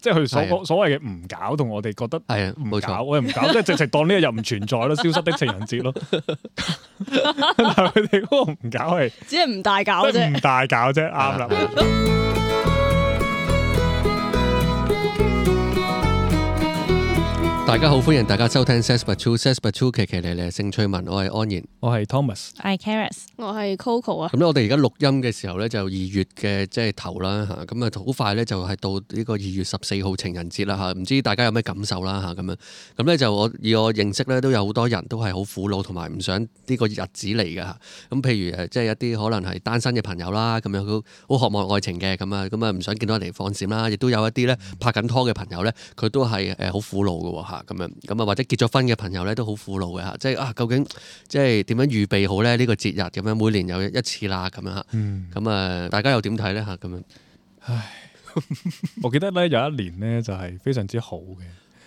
即係佢所係啊所謂嘅唔搞同我哋覺得。係啊，唔冇搞，錯，我又唔搞，即係直情當呢日又唔存在咯，消失的情人 節咯。但係佢哋嗰個唔搞係只係唔大搞即啫係。唔大搞啫，啱啦。係啊大家好，歡迎大家收聽《Says But True》，《Says But True》奇奇咧咧性趣聞，我係安然。我係 Thomas， I Caris，我係 Coco 啊，咁咧，我哋而家錄音嘅時候咧，就二月嘅即係頭啦嚇，咁啊好快咧就係到呢個二月十四號情人節啦嚇，唔知大家有咩感受啦嚇咁樣。咁咧就我以我認識咧，都有好多人都係好苦惱同埋唔想呢個日子嚟嘅嚇。咁譬如誒，即係一啲可能係單身嘅朋友啦，咁樣佢好渴望愛情嘅咁啊，咁啊唔想見到人哋放閃啦，亦都有一啲咧拍緊拖嘅朋友咧，佢都係誒好苦惱嘅喎嚇咁樣。咁啊或者結咗婚嘅朋友咧都好苦惱嘅嚇，即係啊究竟即係點樣預備好咧呢個節日咁樣，每年有一次啦咁樣嚇。嗯，咁啊，大家又點睇咧嚇？咁樣我記得咧有一年咧就係非常之好嘅，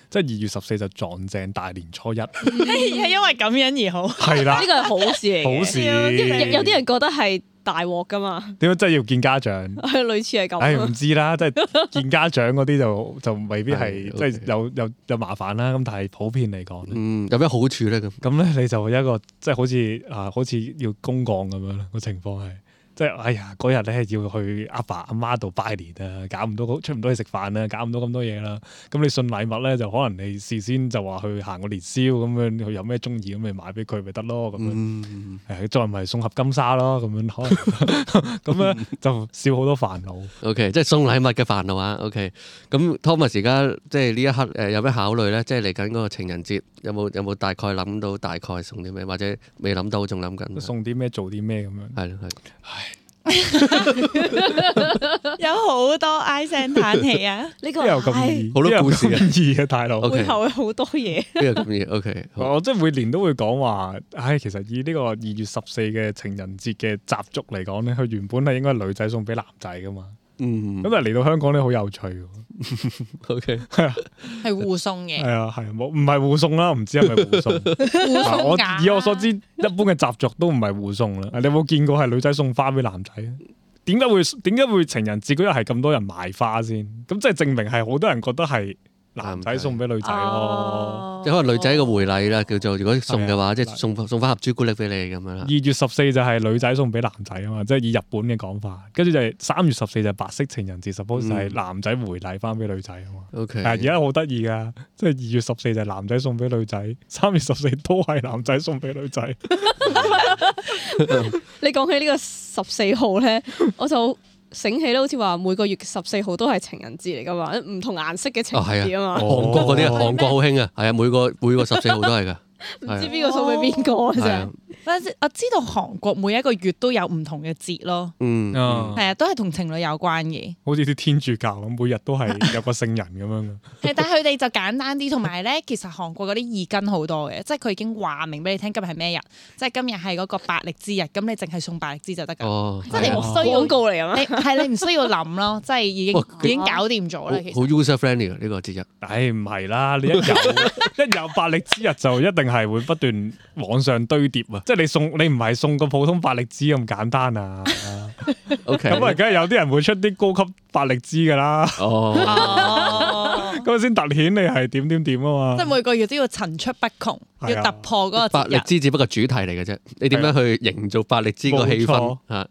即係二月十四就撞正大年初 一，係因為咁樣而 好。係啦呢，個係好事嚟嘅好事。有有啲人哦覺得係大鑊噶嘛， 點解真係要見家長？類似係咁唉，啊。唔知啦，即係見家長嗰啲就就未必係係即係有有有麻煩啦。咁但係普遍嚟講，嗯有咩好處咧咁？咁咧你就有一個即係好似啊，好似要公幹咁樣啦個情況係。即係哎呀，嗰日咧要去阿爸阿媽度拜年啊，搞唔到出唔到去食飯啊，搞唔到咁多嘢啦。咁你送禮物咧，就可能你事先就話去行個年宵咁樣，佢有咩中意咁咪買俾佢咪得咯咁樣。嗯，誒，再唔係送盒金沙咯，咁樣可能咁咧就少好多煩惱。 OK，即係送禮物嘅煩惱啊。OK，咁 Thomas 而家即係呢一刻誒、呃有咩考慮咧？即係嚟緊嗰個情人節，有冇有冇大概諗到大概送啲咩，或者未諗到仲諗緊？係送啲咩做啲咩咁樣。咯係。有好多唉聲嘆氣 啊，呢個邊有咁係易？好多故事啊邊有咁易啊，大佬。 OK 背後有好多嘢。呢個咁嘢 OK，好我即係每年都會講話，唉，其實以呢個二月十四嘅情人節嘅習俗嚟講咧，佢原本係應該女仔送俾男仔噶嘛。嗯咁但係嚟到香港咧，好有趣喎。 OK，係互送嘅係，啊，係啊，冇唔係互送啦，唔知係咪互 送？互嗱送㗎。我以我所知，一般嘅習俗都唔係互送啦。啊你有冇見過係女仔送花俾男仔啊？點解會點解會情人節嗰日係咁多人買花先？咁即係證明係好多人覺得係男仔送俾女仔咯。哦即係可能女仔嘅回禮啦，叫做如果送嘅係啊話，即係送送翻盒朱古力俾你咁樣啦二。月十四就係女仔送俾男仔啊嘛，即係以日本嘅講法。跟住就係三月十四就係白色情人節，suppose 就係嗯男仔回禮翻俾女仔啊嘛。 OK，但係而家好得意噶，即係二月十四就係男仔送俾女仔，三月十四都係男仔送俾女仔。你講起呢個十四號咧， 我就醒起咧，好似話每個月十四號都係情人節嚟噶嘛，唔同顏色嘅情人節啊嘛，韓國嗰啲啊哦韓國好興啊，係啊，每個每個十四號都係㗎，唔係知啊邊個送俾邊個哦啊係啊真，我知我知道韓國每一個月都有唔同嘅節咯，嗯，Ờ. 嗯係啊，都係同情侶有關 嘅。好似啲天主教咁，每日都係有個聖人咁樣嘅。係，但係佢哋就簡單啲，同埋咧，其實韓國嗰啲二根好多嘅，即係佢已經話明俾你聽今日係咩日，即係今日係嗰個百力之日，咁你淨係送百力之就得㗎。哦，即係你係唔啊需要廣告嚟啊嘛，你係你唔需要諗 咯，即係已經哇已經搞掂咗好啦。其實好 user friendly 啊呢個節日。 唉，唔係啦， 你一有一有百力之日就一定係會不斷往上堆疊啊！即係你送你唔係送個普通百力滋咁簡單 啊！ O K，咁啊，梗係有啲人會出啲高級百力滋噶啦， 哦，哦，咁先突顯你係點點點啊即係嘛。每個月都要層出不窮，係啊要突破嗰個百節力日。滋只不過主題嚟嘅啫，你點樣去營造百力滋個冇錯氣氛嚇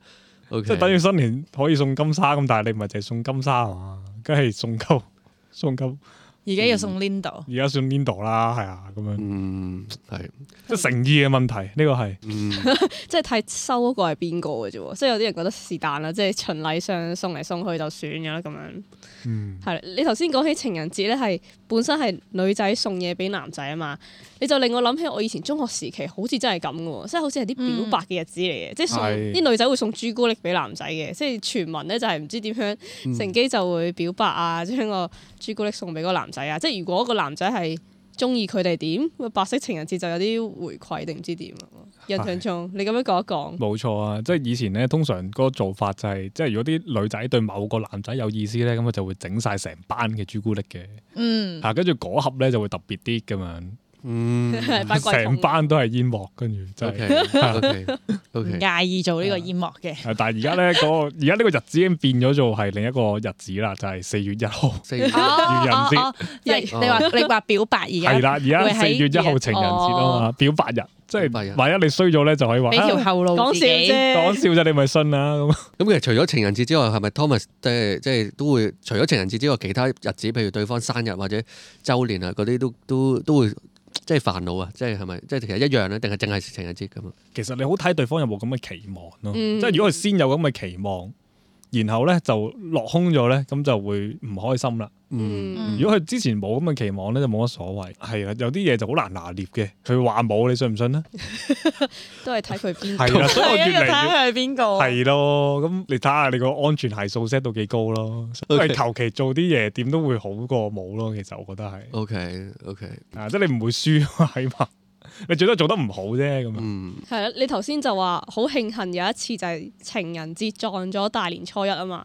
？O K，即係等於新年可以送金沙咁，但係你唔係淨係送金沙啊嘛，梗係送鳩 送鳩，而家要送 Lindo，而家送 Lindo 啦，係啊，咁樣嗯係即係誠意嘅問題，呢個係。嗯即係睇收嗰個係邊個嘅啫喎，即係有啲人覺得是但啦，即係循禮上送嚟送去就算㗎啦咁樣。嗯係啦，你頭先講起情人節咧，係本身係女仔送嘢俾男仔啊嘛，你就令我諗起我以前中學時期好似真係咁嘅喎，即係好似係啲表白嘅日子嚟嘅，即係送嗯係啲女仔會送朱古力俾男仔嘅，即係傳聞咧就係唔知點樣嗯乘機就會表白啊，將個朱古力送俾個男仔啊，即係如果個男仔係中意佢哋點，咁白色情人節就有啲回饋定唔知點啊？印象中你咁樣講一 講，冇錯啊！即係以前咧，通常嗰個做法就係、即係如果啲女仔對某個男仔有意思咧，咁啊佢就會整晒成班嘅朱古力嘅，啊嗯，嚇跟住嗰盒咧就會特別啲咁樣。嗯八卦成 班都係煙幕，跟住真係。唔 OK，OK，OK，介意做呢啊個煙幕嘅。係啊但係而家咧，嗰個而家呢個日子已經變咗做係另一個日子啦，就係四月一號。四 月愚人節哦，即係你話你話表白而係家啦，而家會喺哦四月一號情人節啊嘛，表白日，即表白日係萬一你衰咗咧，就可以話俾條啊後路講自笑己。講啫，笑啫，你咪信啦咁。 咁其實除咗情人節之外，係咪 Thomas 即係即係都會除咗情人節之外，其他日子譬如對方生日或者周年啊嗰啲都都都會即係煩惱啊！即係係咪即係其實一樣啊咧，定係淨係情人節咁啊？其實你好睇對方有冇咁嘅期望咯，嗯即係如果佢先有咁嘅期望，然後咧就落空咗咧，咁就會唔開心啦。嗯，嗯如果佢之前冇咁嘅期望咧，就冇乜所謂。係啦，有啲嘢就好難拿捏嘅。佢話冇，你信唔信 咧？都係睇佢邊係 啦，個。所以我越嚟睇越下佢係邊個。係啊咯。咁你睇下你個安全係數 set 到幾高咯。因為求其做啲嘢點都會好過冇咯。其實我覺得係 OK OK，啊，即係你唔會輸係嘛。 你最多做得唔好啫咁啊樣。嗯係啦，你頭先就話好慶幸有一次就係情人節撞咗大年初一啊嘛。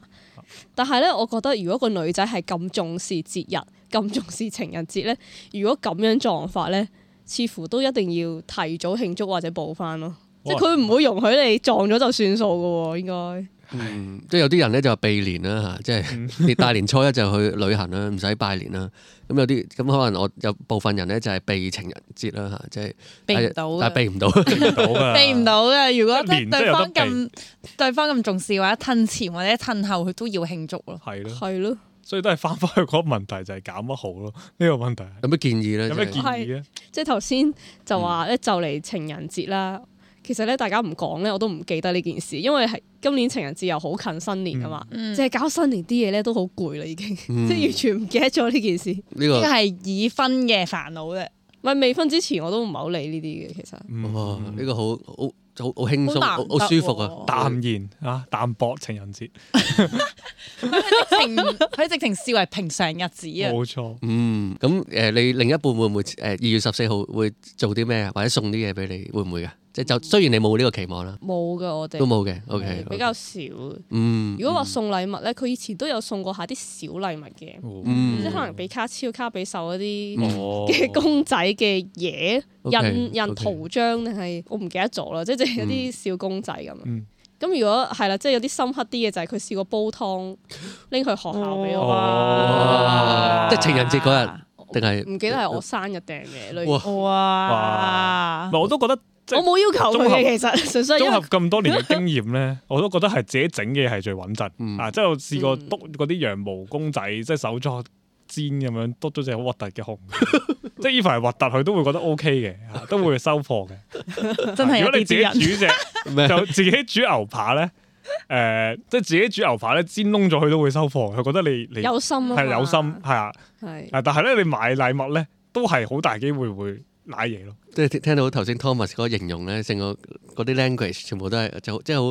但係咧，我覺得如果個女仔係咁重視節日、咁重視情人節咧，如果咁樣撞法咧，似乎都一定要提早慶祝或者補翻咯。即係佢唔會容許你撞咗就算數嘅喎，應該。嗯，即係有啲人咧就避年啦嗯嚇，即係你大年初一就去旅行啦，唔使拜年啦。咁有啲咁可能我有部分人咧就係避情人節啦嚇，即係避唔到啊嘅但係避唔到。啊避唔到㗎避唔到啊嘅，如果一年都對有得方咁對方咁重視嘅話，褪前或者褪後，佢都要慶祝咯。係咯。係咯，所以都係翻返去嗰個問題，就係搞乜好咯？ 呢、個問題係有咩建議咧？有咩即係建議啊咧？即係頭先就話咧就嚟情人節啦。其實咧，大家唔講咧，我都唔記得呢件事，因為係今年情人節又好近新年啊嘛，嗯即係搞新年啲嘢咧都好攰啦，已經，嗯即係完全唔記得咗呢件事。呢呢個個係已婚嘅煩惱啫。唔係未婚之前我都唔係好理呢啲嘅，其實嗯哇！嗯呢個好好好好輕鬆，好難好得好舒服啊！喎淡然啊，淡薄情人節，佢直情佢直情視為平常日子啊。冇錯。嗯，咁誒、呃你另一半會唔會誒二、月十四號會做啲咩啊？或者送啲嘢俾你，會唔會嘅？即係就雖然你冇呢個期望啦，冇噶，我哋都冇嘅。O K，嗯比較少。如嗯，果話送禮物咧，佢以前都有送過下啲小禮物嘅，嗯即係可能俾卡超、卡比獸嗰啲哦嘅公仔嘅嘢 OK，印印 OK 圖章定係我唔記得咗啦，即係即係有啲小公仔咁。啊嗯咁如果係啦，即係有啲深刻啲嘅就係佢試過煲湯拎去學校俾我，哦即係情人節嗰日定係啊唔記得係我生日訂嘅類哇似。哇哇！我都覺得即我係冇要求佢嘅，其實純粹因綜為合咁多年嘅經驗咧， 我都覺得係自己整嘅係最穩陣、嗯啊！即係我試過嗯篤嗰啲羊毛公仔，即係手作煎咁樣篤咗隻好核突嘅熊， 即係 even 係核突，佢都會覺得 O K 嘅，啊都會收貨嘅。真啊係如有果你啲自己啲人。煮隻。咩？就自己煮牛扒咧，誒、即係自己煮牛扒咧，煎燶咗佢都會收貨，佢覺得你你有心啊嘛，係有心，係啊，係啊但係咧你買禮物咧，都係好大機會會攋嘢咯，即係聽聽到頭先 Thomas 嗰個形容咧，成個嗰啲 language 全部都係就即係好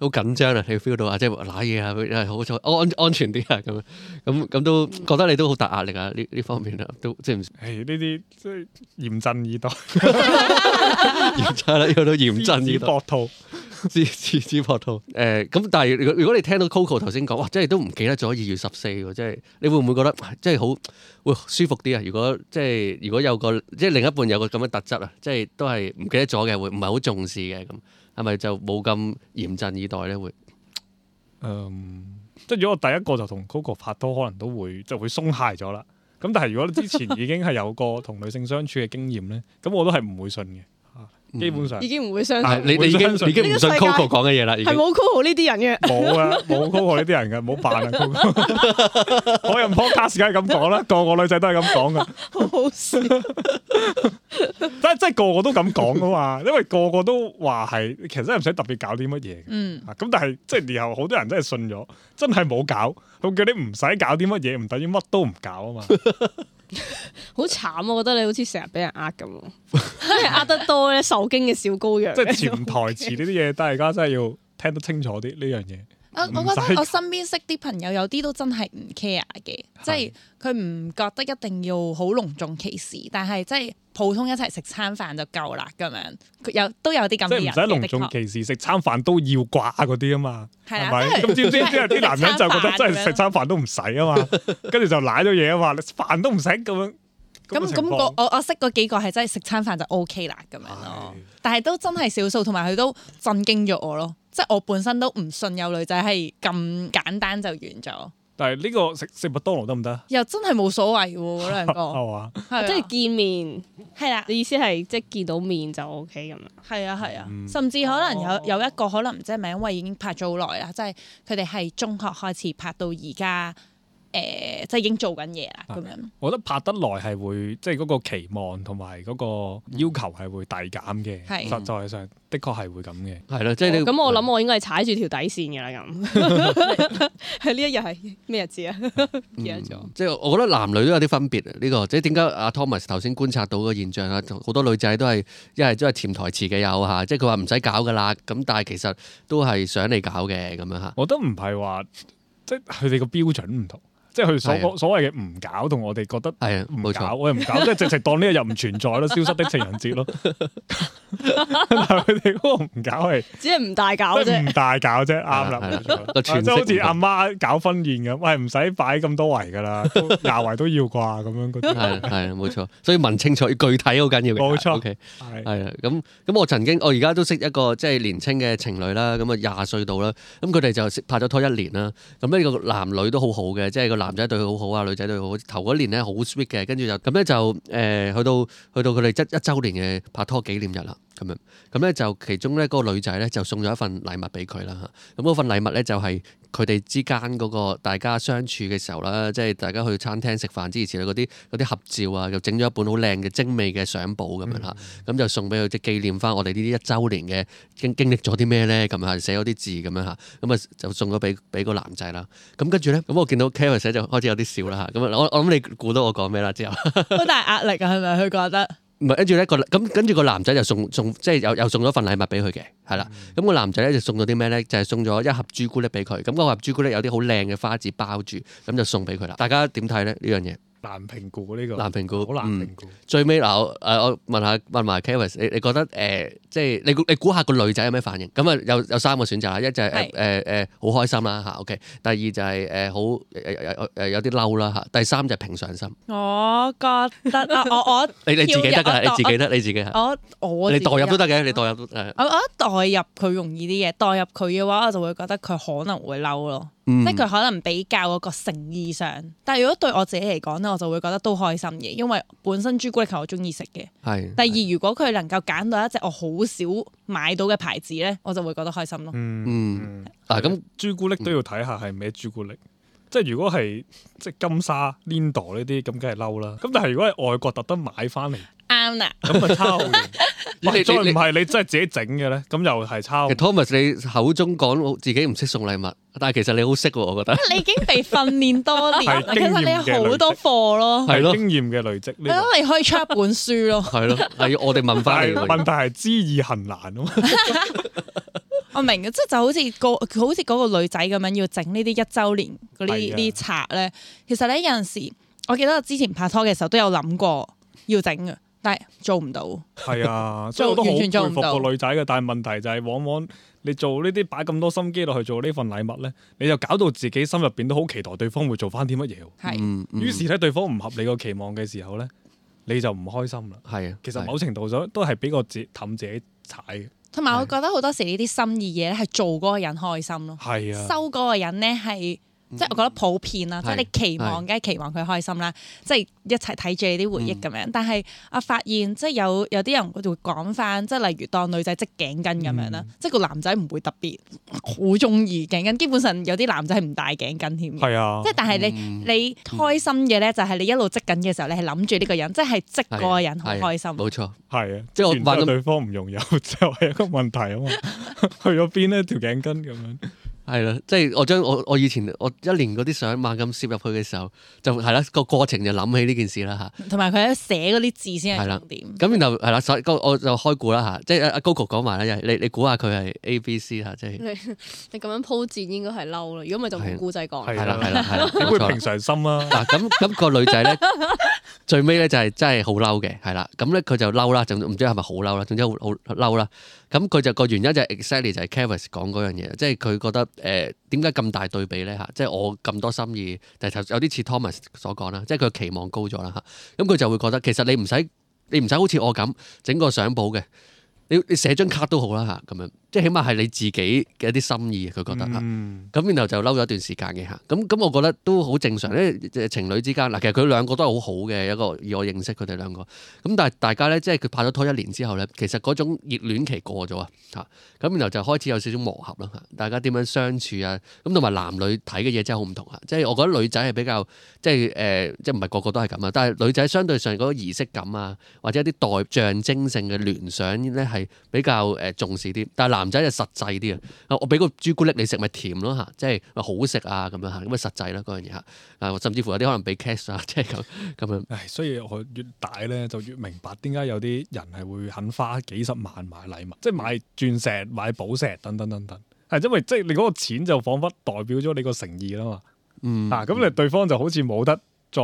好緊張啊！你 feel 到啊，即係揦嘢啊，佢好彩安安全啲啊咁樣，咁咁都覺得你都好大壓力啊！呢呢方面啊，都即係唔誒呢啲即係嚴陣以待，嚴真啦，要到嚴陣以以待。搏兔，知知知膊肚。誒咁，但係如果如果你聽到 Coco 頭先講，哇！真係都唔記得咗二月十四喎，即係你會唔會覺得哇即係好會舒服啲啊？如果即係如果有個即係另一半有個咁嘅特質啊，即係都係唔記得咗嘅，會唔係好重視嘅咁，係咪就冇咁嚴陣以待咧？會嗯，即係如果我第一個就同 Coco 拍拖，可能都會就會鬆懈咗啦。咁但係如果之前已經係有個同女性相處嘅經驗咧，咁我都係唔會信嘅，啊基本上嗯已經唔會相啊信但係你你已經我相信你已經唔信呢個世界 Coco 講嘅嘢啦，已係經。冇 Coco 呢啲人嘅。冇啊，冇 Coco 呢啲人嘅，唔好扮啊 Coco。我又唔 podcast 梗係咁講啦，個個女仔都係咁講噶，好 好笑。真真係個個都咁講噶嘛，因為個個都話係，其實真係唔使特別搞啲乜嘢嘅。嗯，啊咁但係即係然後好多人真係信咗，真係冇搞，佢叫你唔使搞啲乜嘢，唔等於乜都唔搞啊嘛。好慘，我覺得你好似成日俾人呃 咁喎，因為呃得多咧，受驚嘅小羔羊。即係 潛台詞呢啲嘢，大家真係要聽得清楚啲呢樣嘢。啊我唔我覺使得我身邊識啲朋友有啲都真係唔 care 嘅，即係佢唔覺得一定要好隆重其事，但係即係普通一齊食餐飯就夠啦咁樣。佢有都有啲咁即嘅係唔人使嘅隆的重確其事，食餐飯都要掛嗰啲啊嘛，係係啦 咪？咁知唔知真係啲啲男人就覺得真係食食餐餐飯咁樣 飯都唔使啊嘛，跟住就賴咗嘢啊嘛，你飯都唔使咁樣，咁嘅咁咁情個況我我識嗰幾個係真係食餐飯就 O K 啦咁樣咯，但係都真係少數，同埋佢都震驚咗我咯。即係我本身都唔信有女仔係咁簡單就完咗，但係呢個食食麥當勞得唔得啊？又真係冇所謂喎嗰兩 個，啊係嘛？即即係見面，係啦，你意思係即係見到面就 O K 咁樣。係啊係啊嗯，甚至可能哦有有一個可能即係咪因為已經拍咗好耐啦，即係佢哋係中學開始拍到而家，誒即係已經做緊嘢啦咁樣。我覺得拍得耐係會，即係嗰個期望同埋嗰個要求係會遞減嘅。係實在上的確係會咁嘅。係啦，即係你哦咁我諗我應該係踩住條底線嘅啦咁。係 呢一日係咩日子啊？嗯記得咗。即係我覺得男女都有啲分別啊呢、個，即係點解阿 Thomas 頭先觀察到個現象啊？好多女仔都係一係都係潛台詞嘅有嚇，即係佢話唔使搞噶啦，咁但係其實都係想你搞嘅咁樣嚇。我覺得唔係話，即係佢哋個標準唔同，即係佢所係所謂嘅唔搞同我哋覺得。係啊，唔冇搞，錯，我又唔搞，即係直 直當呢一日唔存在咯，消失的情人節咯。但係佢哋嗰個唔搞係只係唔大搞即係 啫。唔大搞啫，啱啦，係冇啦錯個啊即詮釋係好似唔同阿媽搞婚宴咁，喂唔使擺咁多圍噶啦，都 廿圍都要啩咁樣嗰係啲。啊係啊，冇錯。所以問清楚，具體好緊要嘅。冇錯 O K。係係啊，咁咁我曾經我而家都識一個即係年青嘅情侶啦，咁啊廿歲到啦，咁佢哋就識拍咗拖一年啦，咁呢個男女都好好嘅，即係個男仔對佢好好啊，女仔對佢好，頭嗰年咧好 sweet 嘅，跟住就咁咧就誒、呃去到去到佢哋一一週年嘅拍拖紀念日啦，咁樣咁咧就其中咧嗰個女仔咧就送咗一份禮物俾佢啦嚇，咁嗰份禮物咧就係、佢哋之間嗰個大家相處嘅時候啦，即係大家去餐廳食飯之前嗰啲嗰啲合照啊，又整咗一本好靚嘅精美嘅相簿咁樣嚇，咁就送俾佢，即係紀念翻我哋呢啲一周年嘅經經歷咗啲咩咧，咁啊寫咗啲字咁樣嚇，咁啊就送咗俾俾個男仔啦。咁跟住咧，咁我見到 Karen 寫就開始有啲笑啦嚇，咁啊我我諗你估到我講咩啦之後。好大壓力啊，係咪佢覺得？唔係，跟住咧個咁跟住個男仔就送送即係又又送咗份禮物俾佢嘅，係啦。嗯咁、個男仔咧就送咗啲咩咧？就係、送咗一盒朱古力俾佢。咁、個盒朱古力有啲好靚嘅花紙包住，咁就送俾佢啦。大家點睇咧呢樣嘢？難評估嗯呢個，難評估嗯好難評估。最尾嗱，我誒我問下問埋 Kavis，你你覺得誒、呃即係你估你估下個女仔有咩反應？咁啊有有三個選擇啦，一就係誒誒係誒好開心啦嚇，OK。第二就係誒好誒誒誒有啲嬲啦嚇。第三就係平常心。我覺得啊，我我你你自己得㗎啦，跳入你自己得，你自己係。啊 我我你自己代入都啊得嘅，你代入都誒我我代入佢容易啲嘅，代入佢嘅話，我就會覺得佢可能會嬲咯，嗯即係佢可能比較嗰個誠意上。但係如果對我自己嚟講咧，我就會覺得都開心嘅，因為本身朱古力係我中意食嘅。嗯係。第二，如果佢能夠揀到一隻我好少買到嘅牌子咧，我就會覺得開心咯。嗯嗯嗯，嗱咁朱古力都要睇下係咩朱古力。即係如果係即係金沙、Lindo 呢啲咁，梗係嬲啦。咁但係如果係外國特登買翻嚟，啱啦，咁咪抄完。 你喂你再你唔係你真係自己整嘅咧，咁又係抄其實。Thomas，你口中講自己唔識送禮物，但係其實你好識喎，我覺得。你已經被訓練多年啦， 係其經驗實嘅你好多課咯。係咯經驗嘅累積我呢個。覺得你可以出一本書咯。 係咯，係我哋問翻但係你喎。問題係知易行難啊嘛。 我明嘅，即係就好似個好似嗰個女仔咁樣要整呢啲一周年係嗰啲啊啲冊咧。其實咧有陣時，我記得我之前拍拖嘅時候都有諗過要整嘅，但係做唔到。係啊，所以做我都好完佩全做唔服到個女仔嘅。但係問題就係，往往你做呢啲擺咁多心機落去做呢份禮物咧，你就搞到自己心入邊都好期待對方會做翻啲乜嘢喎。係、嗯，嗯於是咧，對方唔合你個期望嘅時候咧，你就唔開心啦。係啊，其實係某程度上都係俾個自氹自己踩嘅。同埋我覺得好多時呢啲心意嘢咧係做嗰個人開心咯，係啊，收嗰個人咧係。即係我覺得普遍啦，即係係你期望，梗係期望佢開心啦，即係一齊睇住你啲回憶咁樣。但係我發現即係有有啲人會講翻，即係例如當女仔織頸巾咁樣啦，即係個男仔唔會特別好中意頸巾，基本上有啲男仔係唔戴頸巾添嘅。係啊即係，但係嗯你、你開心嘅咧，就係你一路織緊嘅時候，你係諗住呢個人，即係織嗰個人好係啊開心。冇錯，係啊，即係我然之後話咁對方唔容忍 就係一個問題啊嘛。 去咗邊呢？條頸巾咁樣，係啦，即係我將我我以前我一年嗰啲相猛咁攝入去嘅時候，就係啦個過程就諗起呢件事啦嚇。同埋佢喺寫嗰啲字先係係啦重點。咁然後係啦，所以我就開估啦嚇，即係阿阿 Gogo 講埋啦，因為你你估下佢係 A、B、C 嚇，即係你咁樣鋪墊應該係嬲啦，如果唔係就係冇故仔講。係係啦係嗯啦係啦，點冇會錯啦平常心啊？嗱咁咁個女仔咧，最尾咧就係真係好嬲嘅，係啦。咁咧佢就嬲啦，就唔知係咪好嬲啦，總之好好嬲啦。咁佢就個原因就係 exactly 就係 Kavis 講嗰樣嘢，即係佢覺得誒點解咁大對比咧嚇？即係我咁多心意，但係有啲似 Thomas 所講啦，即係佢期望高咗啦嚇。咁佢就會覺得其實你唔使你唔使好似我咁整個相簿嘅，你你寫張卡都好啦嚇咁樣，即係起碼係你自己嘅一啲心意，佢覺得嚇。啊嗯咁然後就嬲咗一段時間嘅嚇，咁咁我覺得都好正常咧。即係情侶之間嗱，其實佢兩個都係好好嘅一個，以我認識佢哋兩個。咁但係大家咧，即係佢拍咗拖一年之後咧，其實嗰種熱戀期過咗啊嚇，咁然後就開始有少少磨合啦嚇，大家點樣相處啊？咁同埋男女睇嘅嘢真係好唔同啊！即係我覺得女仔係比較即係誒、呃即係唔係個個都係咁啊，但係女仔相對上嗰個儀式感啊，或者一啲代象徵性嘅聯想咧係比較誒、呃重視啲，但係男仔就實際啲啊。啊我俾個朱古力你食咪甜咯嚇，即係話好食啊咁樣嚇，咁咪實際啦嗰樣嘢嚇。啊，甚至乎有啲可能俾 cash 啊，即係咁咁樣。唉，所以我越大咧就越明白點解有啲人係會肯花幾十萬買禮物，即係買鑽石、買寶石等等等等，係因為即係你嗰個錢就彷彿代表咗你個誠意啦嘛。嗯，啊，咁你對方就好似冇得再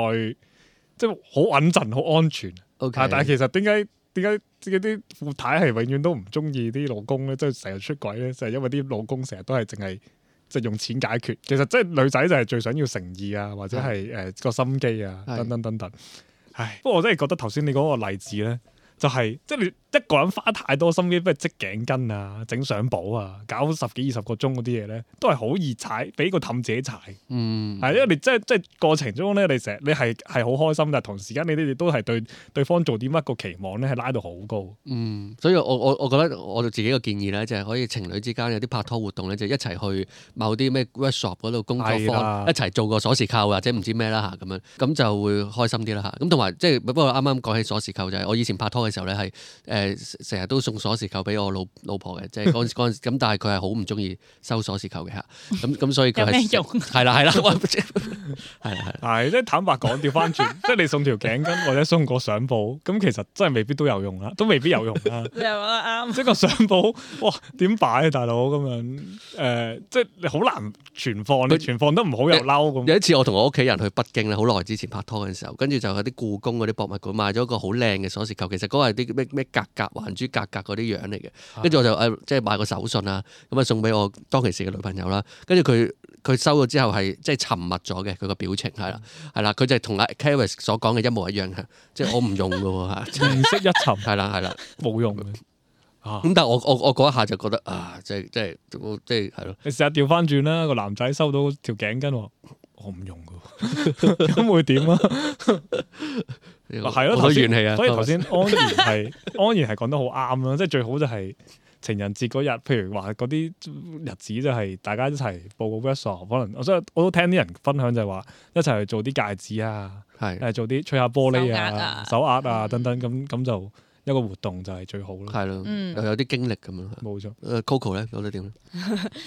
即係好穩陣、好安全。 O K，啊，但係其實點解點解嗰啲富太係永遠都唔中意啲老公咧，即係成日出軌咧，就係因為啲老公成日都係淨係即係用錢解決。其實即係女仔就係最想要誠意啊，或者係誒個心機啊，係等等等等。唉，不過我真係覺得頭先你嗰個例子咧，就係、即係你一個人花太多心機，不如織頸巾啊、整相簿啊、搞十幾二十個鐘嗰啲嘢咧，都係好易踩，俾個氹自己踩。嗯係，因為你即係即係過程中咧，你成日你係係好開心，但係同時間你哋都係對對方做啲乜個期望咧，係拉到好高。嗯，所以我我我覺得我自己嘅建議咧，就係可以情侶之間有啲拍拖活動咧，就一齊去某啲咩 workshop 嗰度工作坊，係啦一齊做個鎖匙扣或者唔知咩啦嚇咁樣，咁就會開心啲啦嚇。咁同埋即係不過啱啱講起鎖匙扣就係、我以前拍拖嘅時候咧係誒成日都送鎖匙扣俾我老老婆嘅，即係嗰 陣嗰陣咁，但係佢係好唔中意收鎖匙扣嘅嚇。咁咁所以佢有咩係用啊 係啦係啦，我係啦係啦。係，即係坦白講，調翻轉，即係你送條頸巾或者送個相簿，咁其實真係未必都有用啦，都未必有用啦。你又講得啱。即係個相簿，哇，點擺啊，大佬咁樣？誒、即係你好難存放，你佢存放得唔好又嬲咁。有一次我同我屋企人去北京咧，好耐之前拍拖嘅時候，跟住就有啲故宮嗰啲博物館買咗個好靚嘅鎖匙扣，其實嗰個係啲咩咩格格還珠格格嗰啲樣嚟嘅，啊跟住我就誒、呃即係買個手信啦，咁啊送俾我當其時嘅女朋友啦，跟住佢。佢收咗之後係即係沉默咗嘅，佢個表情係啦，嗯係啦，佢就係同阿 Charis 所講嘅一模一樣嘅， 即係我唔用嘅喎 嚇，面色一沉，係啦係啦，冇用嘅。啊！咁但係我我我嗰一下就覺得啊，即係即係即係係咯，你試下調翻轉啦，個男仔收到條頸巾喎，我唔用嘅喎，咁會點啊？係咯，好多頭先怨氣啊，所以頭先安然係 安然係講得好啱啊啦，即係最好就係情人節嗰日，譬如話嗰啲日子就係大家一齊報個 workshop，可能我所以我都聽啲人分享就係話一齊去做啲戒指啊，係誒做啲吹下玻璃手鐲啊啊、手鐲啊等等，咁咁就一個活動就係最好啦，係咯，嗯又有啲經歷咁樣。冇錯。誒呃 Coco 咧，覺得 點咧？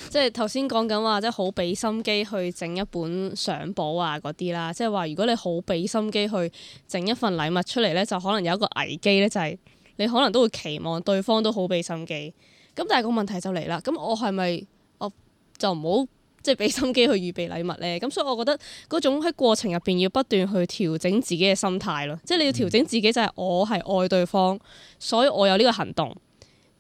即係頭先講緊話，即係好俾心機去整一本相簿啊嗰啲啦，即係話如果你好俾心機去整一份禮物出嚟咧，就可能有一個危機咧，就係、你可能都會期望對方都好俾心機。咁但係個問題就嚟啦，咁我係咪我就唔好即係俾心機去預備禮物咧？咁所以我覺得嗰種喺過程入邊要不斷去調整自己嘅心態咯，即係你要調整自己就係我係愛對方，所以我有呢個行動。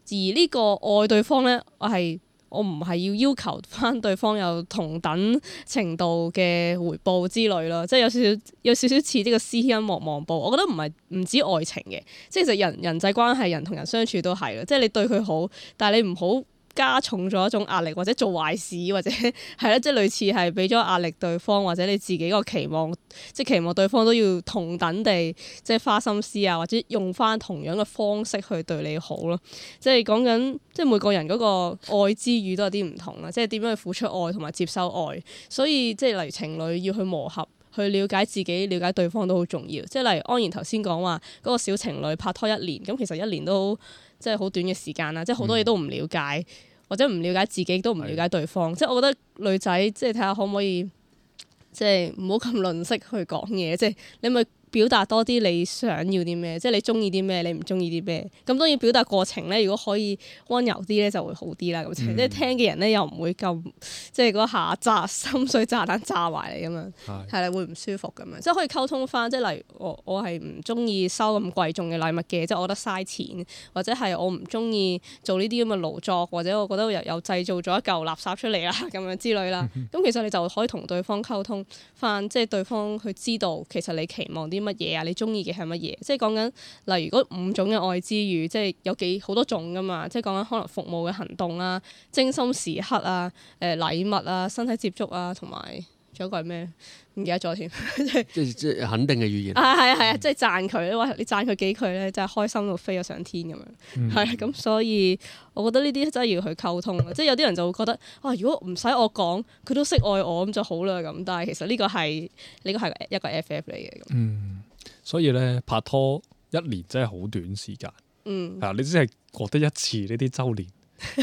而呢個愛對方咧，我係我唔係要要求翻對方有同等程度嘅回報之類咯，即係有少少有少少似呢個施恩莫望報。我覺得唔係唔止愛情嘅，即係其實人人際關係、人同人相處都係咯，即係你對佢好，但係你唔好加重咗一種壓力，或者做壞事，或者係啦，即係類似係俾咗壓力對方，或者你自己個期望，即係期望對方都要同等地即係花心思啊，或者用翻同樣嘅方式去對你好咯。即係講緊，即係每個人嗰個愛之語都有啲唔同啦，即係點樣去付出愛同埋接受愛，所以即係例如情侶要去磨合。去了解自己、了解對方都好重要，即係例如安然頭先講話嗰個小情侶拍拖一年，咁其實一年都即係好短嘅時間啦，即係好多嘢都唔了解，或者唔了解自己都唔了解對方，即係我覺得女仔即係睇下可唔可以即係唔好咁吝嗇去講嘢，即係你咪表達多啲你想要啲咩，即係你中意啲咩，你唔中意啲咩。咁當然表達過程咧，如果可以温柔啲咧，就會好啲啦。咁即係聽嘅人咧，又唔會咁即係嗰下炸心水炸彈炸埋你咁樣。係係啦，會唔舒服咁樣，即係可以溝通翻，即係例如我我係唔中意收咁貴重嘅禮物嘅，即係我覺得嘥錢，或者係我唔中意做呢啲咁嘅勞作，或者我覺得又又製造咗一嚿垃圾出嚟啦咁樣之類啦。咁其實你就可以同對方溝通翻，即係對方去知道其實你期望啲乜嘢啊，你中意嘅係乜嘢，即係講緊例如嗰五種嘅愛之語，即係有幾好多種噶嘛，即係講緊可能服務嘅行動啦、精心時刻啊、誒、禮物啊、身體接觸啊，同埋仲有一個係咩？唔記得咗添。即係即係肯定嘅語言。 啊，係啊，係啊，即係讚佢，哇！你讚佢幾句咧，真係開心到飛咗上天咁樣。嗯係啊，咁所以我覺得呢啲真係要去溝通啊。即係有啲人就會覺得，啊，如果唔使我講，佢都識愛我咁就好啦咁。但係其實呢個係 呢個係一個 FF 嚟嘅咁。嗯，所以咧拍拖一年真係好短時間，嗯， 係啊，你只係過得一次呢啲周年，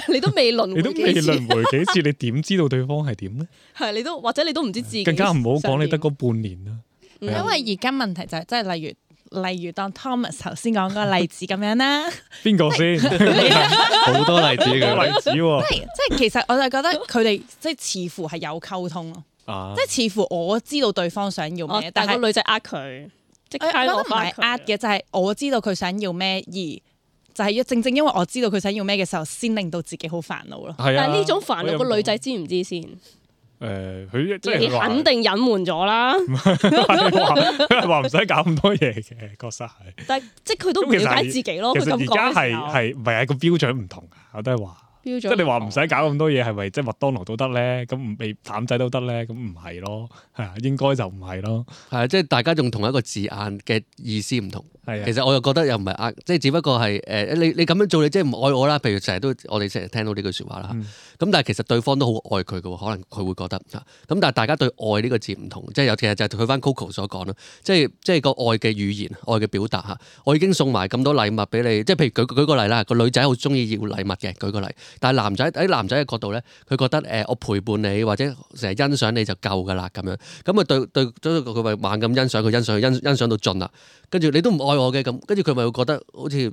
你都未輪你都迴幾啊未次，輪迴幾次，你點知道對方係點咧？ 係你都或者你都唔知自己更加唔好想講你點得嗰半年啦。嗯係啊因為而家問題就係即係例如例如當 Thomas 頭先講嗰個例子咁樣啦。邊個先？ 好多例子個例嘅，子喎，啊即 係其實我就 覺得佢哋即係似乎係有溝通咯，啊，即係似乎我知道對方想要哦哦咩，但但係係個女仔呃佢，即我我刻覺得攞唔係翻佢呃啊嘅，就係我知道佢想要咩，而就係正正因為我知道佢想要咩嘅時候，先令到自己好煩惱咯。係啊。但係呢種煩我有惱個女講仔知唔知先？誒，佢即你係話 肯定隱瞞咗啦，係話佢係話唔使搞咁多嘢嘅，確實係。但係即係佢都唔咁其實了解係自己咯。其佢實咁而家講嘅係時候係唔係啊個標準唔同啊？我都係話，標準即係你話唔使搞咁多嘢，係咪即係麥當勞都得咧？咁唔未淡仔都得咧？咁唔係咯，係啊，應該就唔係咯， 係啊，即係大家用同一個字眼嘅意思唔同。係啊其。實我又覺得又唔係呃，即係只不過係誒、你你咁樣做你即係唔愛我啦。譬如成日都我哋成日聽到呢句説話啦。咁、嗯但係其實對方都好愛佢嘅喎，可能佢會覺得嚇。咁但係大家對愛呢個字唔同，即係尤其係就係佢翻 Coco 所講啦，即係即係個愛嘅語言、愛嘅表達嚇。我已經送埋咁多禮物俾你，即係譬如舉舉個例啦，個女仔好中意要禮物嘅，舉個例。但係男仔喺男仔嘅角度咧，佢覺得誒、呃我陪伴你或者成日欣賞你就夠㗎啦咁樣。咁啊對對，對佢咪猛咁欣賞佢，欣賞佢，欣欣賞到盡啦。跟住你都唔愛我嘅咁，跟住佢咪會覺得好似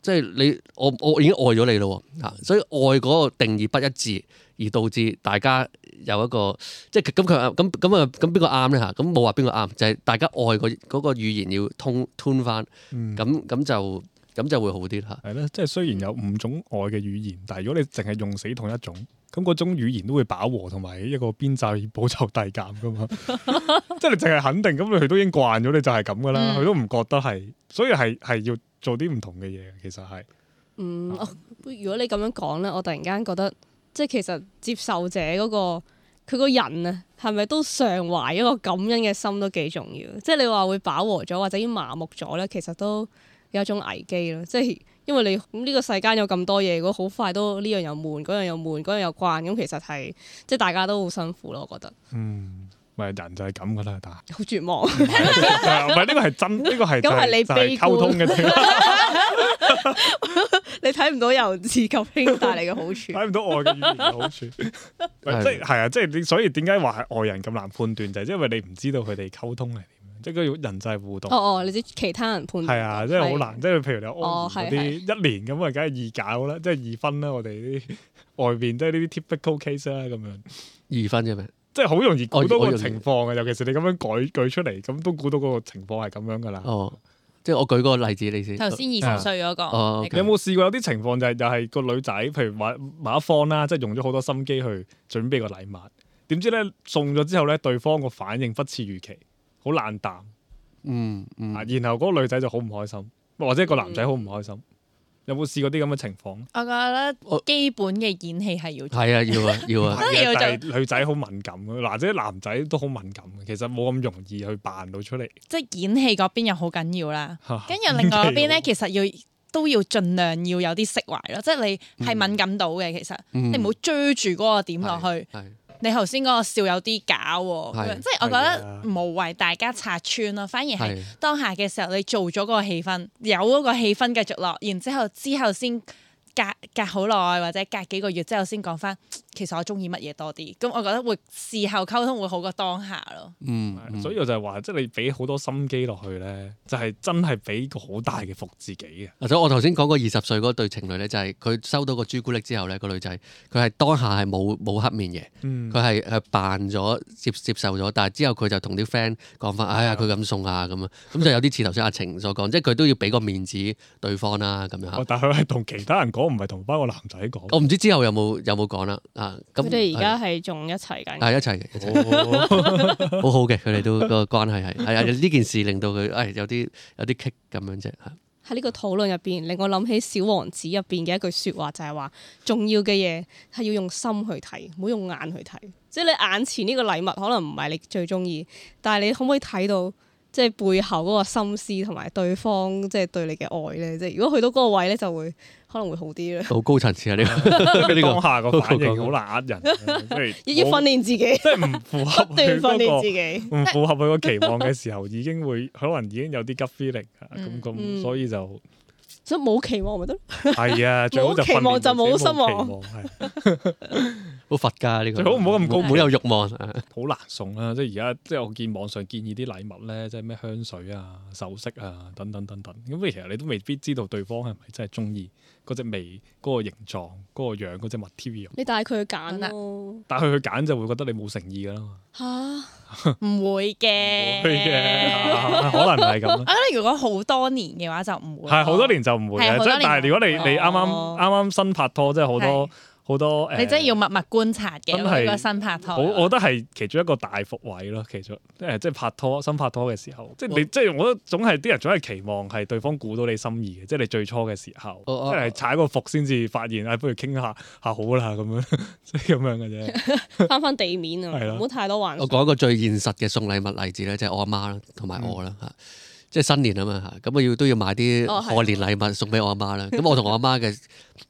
即係你我我已經愛咗你咯喎嚇，所以愛嗰個定義不一致，而導致大家有一個即係咁佢咁咁啊咁邊個啱咧嚇？咁冇話邊個啱，就係、大家愛個嗰個語言要通通翻，嗯咁咁就咁就會好啲嚇。係啦，即係雖然有五種愛嘅語言，但係如果你淨係用死同一種，咁嗰種語言都會飽和同埋一個邊際補就遞減噶 嘛。即係你淨係肯定，咁你佢都已經慣咗，你就係咁噶啦，嗯佢、都唔覺得係，所以係係要做啲唔同嘅嘢，其實係。嗯，哦如果你咁樣講咧，我突然間覺得，即係其實接受者嗰、個佢個人啊，係咪都常懷一個感恩嘅心都幾重要。即係你話會飽和咗或者已經麻木咗咧，其實都有一種危機咯。即係因為你咁呢個世間有咁多嘢，如果好快都呢樣又悶，嗰樣又悶，嗰樣又慣，咁其實係即係大家都好辛苦咯。我覺得嗯，咪人就係咁噶啦，但係好絕望。 係啊唔係呢個係真，呢個係就咁係你就係悲觀溝通嘅地 方，你睇唔到由自及兄帶嚟嘅好處。睇唔到愛嘅語言嘅好處。唔係即係係啊，即係你所以點解話係外人咁難判斷，就係因為你唔知道佢哋溝通係點樣，即係嗰個人際互動。哦哦，你知其他人判係斷 啊，真係好係難。即係譬如你哦安怡嗰啲一年咁啊，梗係易搞啦，即係易分啦。我哋啲外邊即係呢啲 typical case 啦，咁樣二分啫咩？即係好容易估到我我個容易情況嘅。尤其是你咁樣舉舉出嚟，咁都估到嗰個情況係咁樣噶啦。哦，即係我舉個例子你先。頭先啊二十歲嗰個，哦你你有講冇試過有啲情況就係又係個女仔，譬如某某一方啦，即係用咗好多心機去準備個禮物，點知咧送咗之後咧，對方個反應不似預期，好冷淡啊，嗯嗯，然後嗰個女仔就好唔開心，或者個男仔好唔開心。有冇試過啲咁嘅情況？我覺我得基本嘅演戲係要做，係啊，要啊要啊。真係要做但係女仔好敏感嘅，嗱，即係男仔都好敏感嘅，其實冇咁容易去扮到出嚟。即係演戲嗰邊又好緊要啦。跟住演另外嗰技邊咧，好其實要都要盡量要有啲釋懷咯，即係你係敏感到嘅，其實嗯 你唔好追住嗰個點落去。係你頭先嗰個笑有啲假喎，咁係樣即係我覺係啊得無謂大家拆穿咯，反而係係當下嘅時候你做咗嗰個氣氛，有嗰個氣氛繼續落，然之後之後先隔隔好耐或者隔幾個月之後先講翻，其實我中意乜嘢多啲。咁我覺得會事後溝通會好過當下咯。嗯，嗯所以我就係話，即係你俾好多心機落去咧，就係、真係俾個好大嘅服自己啊嘅。或啊者我頭先講過二十歲嗰對情侶咧，就係、佢收到個朱古力之後咧，個女仔佢係當下係冇冇黑面嘅，嗯佢係係扮咗接接受咗，但係之後佢就同啲 friend 講翻，哎呀佢咁送啊咁啊，咁就有啲似頭先阿晴所講，即係佢都要俾個面子對方啦咁樣哦嚇。但係佢係同其他人講，唔係同翻個男仔講。哦 我唔知之後有冇有冇講啦啊！咁佢哋而家係仲一齊緊。係一齊嘅，一齊哦嘅 好好嘅，佢哋都個關係係係啊！呢件事令到佢誒有啲有啲棘咁樣啫啊嚇。喺呢個討論入邊，令我諗起《小王子》入邊嘅一句説話，就係話重要嘅嘢係要用心去睇，唔好用眼去睇。即係你眼前呢個禮物可能唔係你最中意，但係你可唔可以睇到即係背後嗰個心思同埋對方即係對你嘅愛咧？即係如果去到嗰個位咧，就會可能會好啲啦。好高層次啊！呢個即係呢個當下個反應好難呃人 嘅，即係要要訓冇練自己，即係唔符合不斷佢訓練自嗰己。個唔符合佢個期望嘅時候，已經會可能已經有啲急 feeling 啊咁嗯咁，嗯所以就所以冇期望咪得咯。係啊，最好就冇期望就冇失望望，係好佛家啊呢個，最好唔好咁高唔好有欲望啊！好難送啦。即係而家即係我見網上建議啲禮物咧，即係咩香水啊、首飾啊等等等等。咁其實你都未必知道對方係咪真係中意嗰隻味、嗰個形狀、嗰個樣、嗰隻 material。你帶佢去揀咯。但係佢去揀就會覺得你冇誠意㗎啦嘛，嚇、唔會嘅，會嘅，可能係 咁啦我。覺得如果好多年嘅話就唔會咯。係好多年就唔會係嘅，好多即係年但係如果你唔你會啊啱啱哦啱啱新拍拖，即係好多好多誒，你真係要默默觀察嘅。真係我呢個新拍拖，啊好，我覺得係其中一個大伏位咯。其中誒，即係拍拖新拍拖嘅時候，即係你即係我覺得總係啲人總係期望係對方估到你心意嘅，即係你最初嘅時候，即哦哦係踩個伏先至發現，啊唉，不如傾下 下好啦咁樣，即係咁樣嘅啫。翻翻地面啊係，啦唔好太多幻想我。講一個最現實嘅送禮物例子咧，就係我阿媽啦，同埋我啦嚇。即係新年啊嘛嚇，咁我要都要買啲嗯哦係賀年禮物送俾我阿媽啦。咁我同我阿媽嘅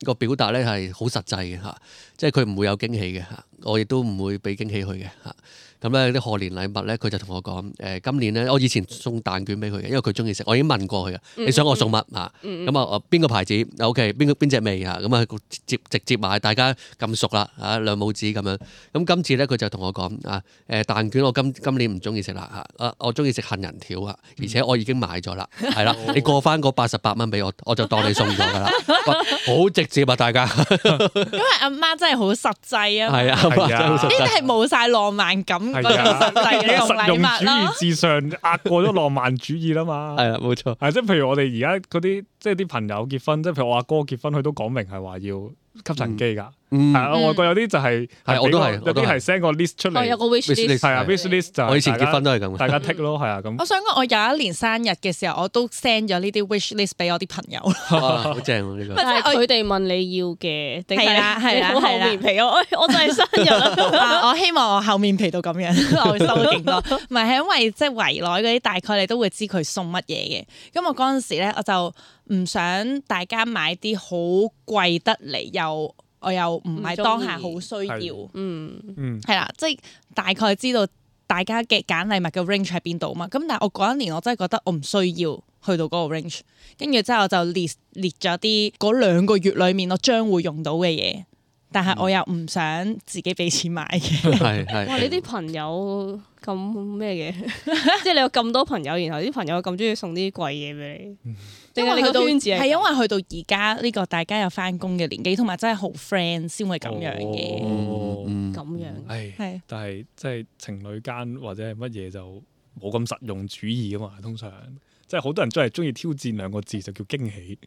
個表達咧係好實際嘅嚇，即係佢唔會有驚喜嘅嚇，我亦都唔會俾驚喜佢嘅嚇。咁咧啲賀年禮物咧，佢就同我講誒，今年咧我以前送蛋卷俾佢嘅，因為佢中意食，我已經問過佢嘅，啊嗯你想我送乜嚇？咁啊，邊個牌子？OK，邊個邊隻味啊？咁啊，直接直接買，大家咁熟啦，啊兩母子咁樣。咁今次咧，佢就同我講啊，誒蛋卷我今今年唔中意食啦嚇，啊我中意食杏仁 條啊，而且我已經買咗啦，係哦啦，你過翻嗰八十八蚊俾我，我就當你送咗㗎 啦。哇好直接啊，大家因為阿媽真係好實際啊嘛。係啊，係啊真係好實呢啲際係冇晒浪漫感嗰種係啊實際你嘅嘅啊送實禮用主物咯義。至上壓過咗浪漫主義啦嘛。 係啦，啊冇錯。係即係譬如我哋而家嗰啲即係啲朋友結婚，即係譬如我阿哥結婚，佢都講明係話要吸塵機㗎。嗯係啊，外國有啲就係係我都係俾個我有都係啲係 send 個 list 出哦，有嚟，個 wish Wish list， list，係啊係 wish list 就係我以前大家結婚都係咁嘅。大家剔咯，係啊咁我。想講，我有一年生日嘅時候，我都 send 咗呢啲 wish list 俾我啲朋友。哇啊好正喎呢個。但係佢哋問你要嘅，定係啦係啦好厚係啦面皮，我我 就係生日 啦。啊我希望我厚面皮到咁 樣，我會收到勁多。唔係係因為即係圍內嗰啲，大概你都會知佢送乜嘢嘅。咁我嗰陣時咧，我就唔想大家買啲好貴得嚟，又我又唔係當下好需唔要鍾。嗯，嗯，係啦，即係大概知道大家嘅揀禮物嘅 range 喺邊度嘛。咁但係我嗰一年我真係覺得我唔需要去到嗰個 range，跟住之後我就列列咗啲嗰兩個月裡面我將會用到嘅嘢，但係我又唔想自己俾錢買嘅。係係。哇！你啲朋友咁咩嘅， 即係你有咁多朋友，然後啲朋友咁中意送啲貴嘢俾嗯你，定係你去到個圈子係因咁為去到而家呢個大家有翻工嘅年紀，同埋真係好 friend 先會咁樣嘅。哦嗯咁樣。唉，係但係即係情侶間或者係乜嘢就冇咁實用主義噶嘛，通常即係好多人真係中意挑戰兩個字就叫驚 喜，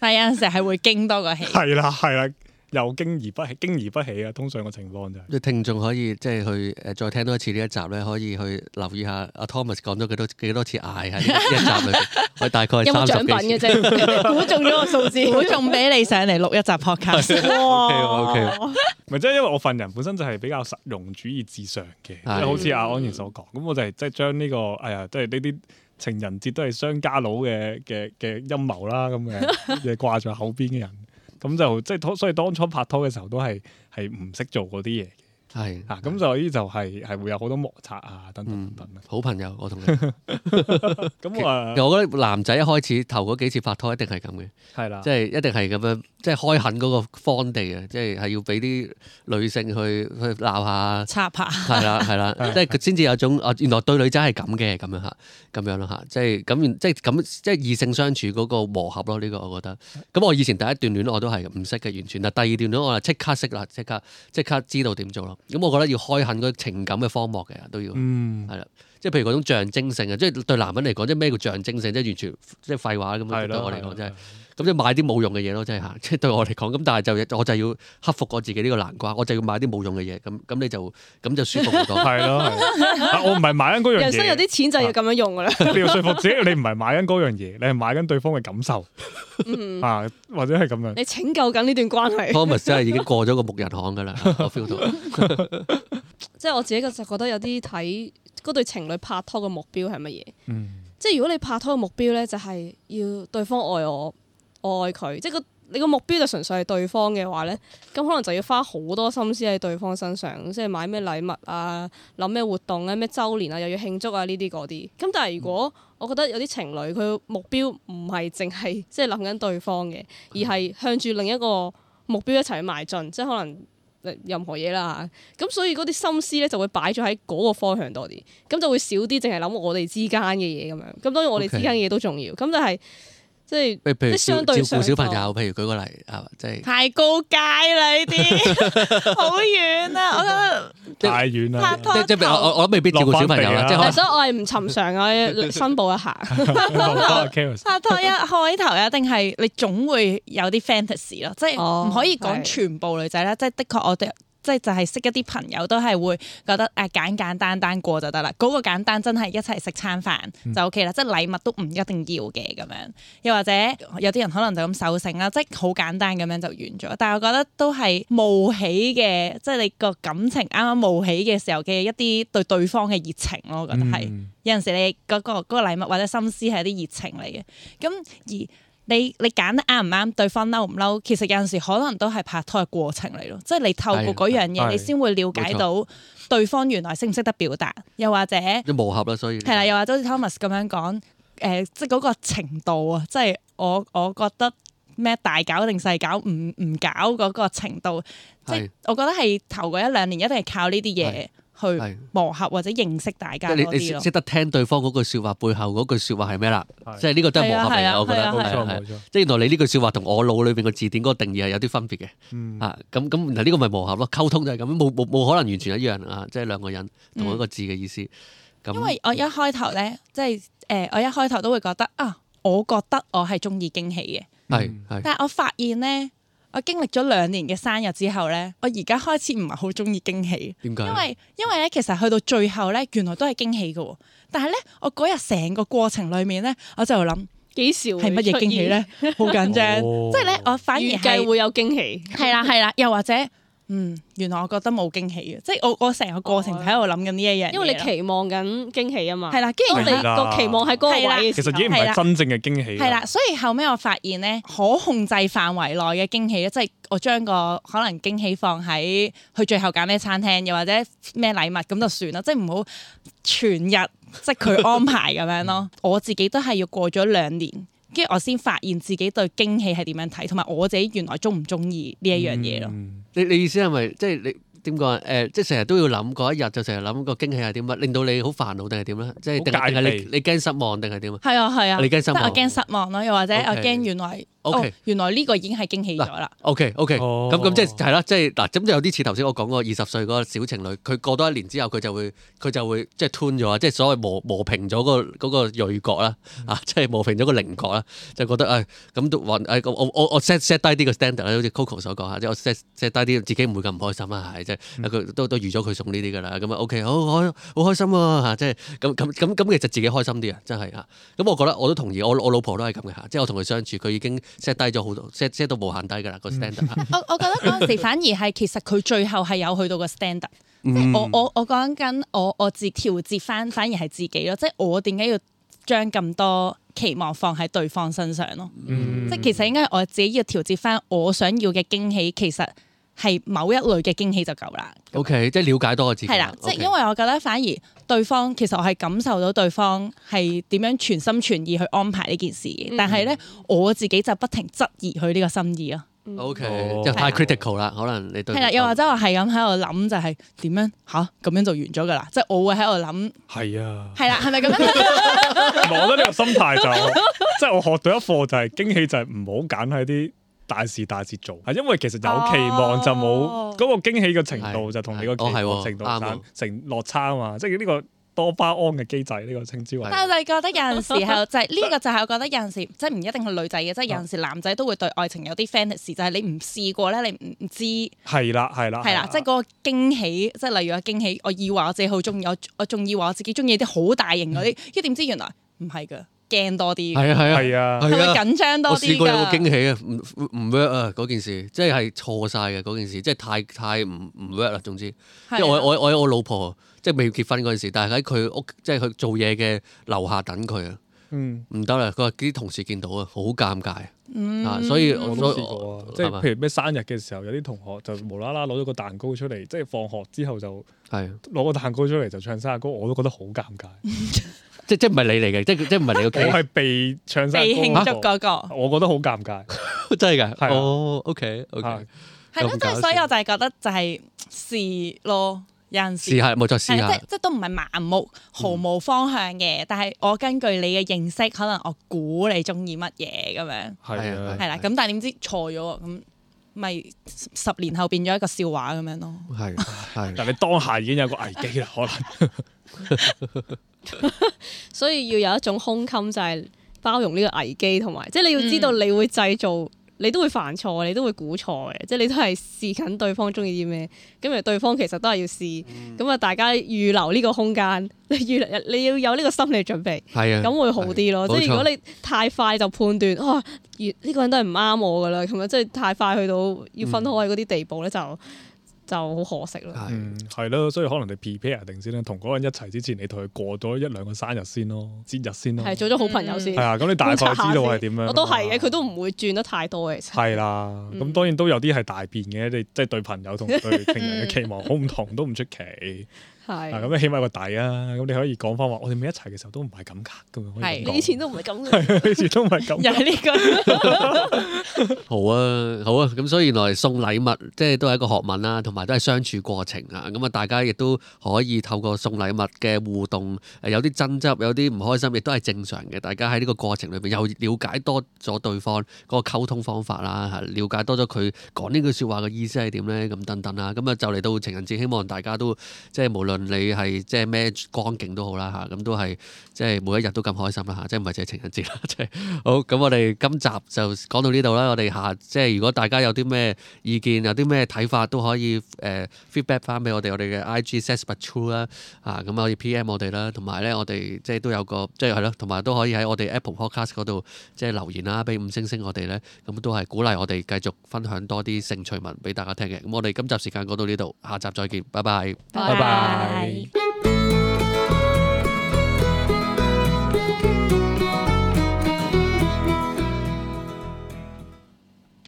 但有陣時係會驚多個 氣。係啦係啦，又驚而不起，驚而不起啊！通常個情況就係啲聽眾可以即係去誒再聽多一次呢一集咧，可以去留意下阿 Thomas 講咗幾多幾多次嗌喺 呢一集裏邊，我大概有冇三獎十品幾嘅次。啫？ 估中咗個數字，我仲俾你上嚟錄一集 podcast， O K 哦 O 咪即係因為我份人本身就係比較實用主義至上嘅，即係係好似阿安然所講，嗯咁我就係即係將呢個哎呀，即係呢啲情人節都係商家佬嘅嘅嘅陰謀啦，咁 嘅嘢掛在口邊嘅人，咁就即係所以當初拍拖嘅時候都係係唔識做嗰啲嘢嘅， K，係嗯啊，嗯咁所以就係係會有好多摩擦啊，等等等等好朋友，我同你。嗯咁啊，我覺得男仔一開始頭嗰幾次拍拖一定係咁嘅，係啦即，係一定係咁樣，即係開墾嗰個荒地啊，即係係要俾啲女性去去鬧下。插下，係啦，係啦，即係佢先至有種啊，原來對女仔係咁嘅，咁樣嚇，咁樣咯嚇，即係咁，即係咁，即係異性相處嗰個磨合咯，呢、個我覺得。咁我以前第一段戀愛我都係唔識嘅，完全。但第二段戀愛我就即刻識啦，即刻即刻知道點做咯。咁我覺得要開墾嗰情感嘅荒漠嘅都要。嗯，係啦，即係譬如嗰種象徵性啊，即係對男人嚟講，即係咩叫象徵性，即係完全即係廢話咁樣係對咯，我嚟係咯講，真係咁即係買啲冇用嘅嘢咯，即係嚇， 即係對我嚟講，咁但係就我就要克服我自己呢個難關，我就要買啲冇用嘅嘢，咁咁你就咁就舒服 好多。係咯， 係咯啊我唔係買緊嗰樣嘢，啊人生有啲錢就要咁樣用噶啦，你要說服自己，你唔係買緊嗰樣嘢，你係買緊對方嘅感受嗯啊，或者係咁樣。你拯救緊呢段關係。 Thomas 真係已經過咗個牧人行㗎啦， 我 feel 到。即係我自己就覺得有啲睇嗰對情侶拍拖嘅目標係乜嘢？嗯即係如果你拍拖嘅目標咧，就係要對方愛我，我愛佢，即係個你個目標就純粹係對方嘅話咧，咁可能就要花好多心思喺對方身上，即係買咩禮物啊，諗咩活動啊，咩周年啊，又要慶祝啊呢啲嗰啲。咁但係如果我覺得有啲情侶佢目標唔係淨係即係諗緊對方嘅，而係向住另一個目標一齊去邁進，即係可能。任何嘢啦咁所以嗰啲心思咧就會擺咗喺嗰個方向多啲，咁就會少啲淨係諗我哋之間嘅嘢咁樣。咁當然我哋 OK 之間嘅嘢都重要，咁但係即係譬譬如照即係相照對顧小朋上友，譬如舉個例啊，即 係太高階啦呢啲，好遠啊啦，我覺得即係太遠啦拍，即拖即係我我我未必照顧小朋友啦，落即返地啦係可能所以我係唔尋常啊，申報一下。 啊 Chaos 拍拖一開頭一定係你總會有啲 fantasy 咯，即係哦唔可以講係全部女仔啦，即係的確我哋。即係就係識一啲朋友都係會覺得誒簡簡單單過就得啦，嗰、個簡單真係一齊食餐飯就 OK 啦，即係禮物都唔一定要嘅咁樣，又或者有啲人可能就咁手性啦，即係好簡單咁樣就完咗。但係我覺得都係冒起嘅，即係你個感情啱啱冒起嘅時候嘅一啲對對方嘅熱情咯，我覺得係。嗯有陣時你嗰、個嗰、個禮物或者心思係一啲熱情嚟嘅，咁而你你揀得啱唔啱，對方嬲唔嬲，其實有陣時可能都係拍拖嘅過程嚟咯，即係你透過嗰樣係嘢，你先會了解到對方原來識唔識得表達，又或者係即係磨合啦，所以啦，又或者好似 Thomas 咁樣講，誒、即係嗰個程度啊，即係我我覺得咩大搞定細搞，唔唔搞嗰個程度，即係係我覺得係頭嗰一兩年一定係靠呢啲嘢去係。磨合或者認識大即家係多啲你咯。你識識得聽對方嗰句説話背後嗰句説話係咩啦係？即係呢個都係磨合嚟係啊係嘅，啊我覺得係啊冇係錯冇係錯，即係原來你呢句説話同我腦裏邊個字典嗰個定義係有啲分別嘅、嗯啊！咁咁嗱呢個咪磨合咯，溝通就係咁，冇冇冇可能完全一樣啊！即係兩個人同一個字嘅意思。咁嗯因為我一開頭咧，即係誒、呃我一開頭都會覺得啊，我覺得我係中意驚喜嘅，係係嗯但係我發現咧，我經歷咗兩年嘅生日之後咧，我而家開始唔係好中意驚喜，點解？因為因為咧其實去到最後咧，原來都係驚喜嘅喎，但係咧我嗰日成個過程裡面咧，我就諗幾時係乜嘢驚喜咧？，好緊張，哦即係咧我反而預係計會有驚喜。係啦係啦，又或者嗯，原來我覺得冇驚喜嘅，即係我我成個過程喺度諗緊呢一樣嘢咯，哦因為你期望緊驚喜啊嘛。係啦，跟住當你係啦個期望喺嗰個位嘅其時實已候經唔係真正嘅驚喜。係啦，，所以後尾我發現咧，可控制範圍內嘅驚喜咧，即係我將個可能驚喜放喺佢最後揀咩餐廳，又或者咩禮物咁就算啦，即係唔好全日即係佢安排咁樣嗯咯。我自己都係要過咗兩年，跟住我先發現自己對驚喜係點樣睇，同埋我自己原來中唔中意呢一樣嘢咯。嗯你你意思係咪即係你點講啊？誒、即係成日都要諗嗰一日，就成日諗個驚喜係點乜，令到你好煩惱定係點咧？即係定好係戒定係備你你驚失望定係點啊？係啊係啊，你驚失望但我驚失望咯，又或者我 OK 驚原來 OK 哦原來呢個已經係驚喜咗啦。 O K O K，哦咁咁即係係啦，即係嗱，咁就有啲似頭先我講個二十歲嗰個小情侶，佢過多一年之後，佢就會佢就會即係 tune 咗啊，即係所謂磨磨平咗個嗰個鋭角啦，啊，即係磨平咗個棱角啦，就覺得誒咁都揾誒我我我 set set 低啲個 standard 啦，好似 Coco 所講嚇，啊即係我 set set 低啲自己唔會咁唔開心啊啦，係即係佢都都預咗佢送呢啲㗎啦，咁啊 O K，好開好開心喎啊嚇，即係咁咁咁咁其實自己開心啲啊，真係嚇。咁我覺得我都同意，我我老婆都係咁嘅嚇，即係我同佢相處，佢已經 set 低咗好多，set set 到無限低㗎啦嗯個 standard 嚇。 我我覺得嗰陣時反而係其實佢最後係有去到個 standard。嗯即係我我我講緊我我自調節翻，反而係自己咯。即係我點解要將咁多期望放喺對方身上咯？嗯即係其實應該係我自己要調節翻我想要嘅驚喜，其實係某一類嘅驚喜就夠啦。 O K，即係了解多我自己。係啦，即係 OK 因為我覺得反而對方其實我係感受到對方係點樣全心全意去安排呢件事嘅，嗯但係咧我自己就不停質疑佢呢個心意咯。 O K，哦就係太啦 critical 啦，可能你對哦啊係啦，又或者我係咁喺度諗就係點樣吓，咁樣就完咗㗎啦，即係我會喺度諗係 啊，係啦，係咪咁樣？我覺得呢個心態就 即係我學到一課就係驚喜就係唔好揀喺啲大事大節做，係因為其實有期望就哦冇嗰個驚喜嘅程度係就同你個期係哦係望喎程度產啱喎成落差啊嘛，即係呢個多巴胺嘅機制呢個稱之為。但係我就係覺得有陣時候就係呢個就係我覺得有陣時即係唔一定係女仔嘅，即係有啊陣時男仔都會對愛情有啲 fantasy，就係你唔試過咧，你唔唔知。係啦，係啊啦，係啦，即係嗰個驚喜，即係例如話驚喜，我以為我自己好中意，我我仲以為我自己中意啲好大型嗰啲，跟住點知原來唔係噶，驚多啲，嗯係啊係啊係啊係係會啊。緊張多我啲試過有個㗎。驚喜啊，唔唔 work 啊嗰件事，即係係錯晒嘅嗰件事，即係太太唔唔 work 啦。總之，啊因為我我我有我老婆即係未結婚嗰陣時，但係喺佢屋即係佢做嘢嘅樓下等佢啊，嗯。唔得啦！佢話啲同事見到啊，好尷尬啊嗯啊，所以我我都試過啊！即係係嘛譬如咩生日嘅時候，有啲同學就無啦啦攞咗個蛋糕出嚟，即係放學之後就係啊攞個蛋糕出嚟就唱生日歌，我都覺得好尷尬。即即唔係你嚟嘅，即即唔係你個 我 case 係被唱生被日歌慶嗰啊個祝嗰個我覺得好尷尬。真係㗎。係啊哦，OK 啊 OK，咁係咯，即搞係所以笑我就係覺得就係試咯，有陣時試下冇再試係下啦嗯即係，即係都唔係盲目毫無方向嘅，但係我根據你嘅認識，可能我估你中意乜嘢咁樣，係啊係，係啦，咁但係點知錯咗喎，咁咪十十年後變咗一個笑話咁樣咯。係係但你當下已經有個危機啦，可能所以要有一種胸襟，就係包容呢個危機，同埋即係你要嗯知道你會製造，你都會犯錯，你都會估錯嘅，即係你都係試緊對方中意啲咩，咁而對方其實都係要試，咁啊、大家預留呢個空間， 你預你要有呢個心理準備，係啊，咁會好啲咯。係即冇係如錯果你太快就判斷，啊，原呢個人都係唔啱我噶啦，咁樣即係太快去到要分開嗰啲地步咧，就就好可惜咯。係嗯係咯，所以可能你 prepare 定先啦，同嗰個人一齊之前，你同佢過咗一兩個生日先咯，節日先咯，係做咗好朋友先係。啊，咁你大概知道係點樣。啊我都係嘅，佢都唔會轉得太多嘅。其實係啦，咁當然都有啲係大變嘅，你即係對朋友同對情人嘅期望好唔同，都唔出奇。係啊，咁你起碼有個底啊，咁你可以講翻話，我哋未一齊嘅時候都唔係咁噶，咁樣可以係咁講你以前都唔係咁嘅， 係以前都唔係咁，又係呢個。好啊，好啊，咁所以原來送禮物即係都係一個學問啦，同埋都係相處過程啊。咁啊，大家亦都可以透過送禮物嘅互動，誒有啲爭執，有啲唔開心，亦都係正常嘅。大家喺呢個過程裏邊又了解多咗對方嗰個溝通方法啦，嚇了解多咗佢講呢句説話嘅意思係點呢？咁等等啦。咁啊，就嚟到情人節，希望大家都即係無論你係即係咩光景都好啦嚇，咁都係即係每一日都咁開心啦嚇，即係唔係淨係情人節啦，即係。好，咁我哋今集就講到呢度啦。我哋下即係如果大家有啲咩意見，有啲咩睇法都可以誒、呃 feedback 翻俾我哋，我哋嘅 IG says but true 啦，啊咁可以 PM 我哋啦，同埋咧我哋即係都有個即係係咯，同埋都可以喺我哋 Apple Podcast 嗰度即係留言啦，俾五星星我哋咧，咁都係鼓勵我哋繼續分享多啲性趣聞俾大家聽嘅。咁我哋今集時間講到呢度，下集再見，拜拜。拜拜。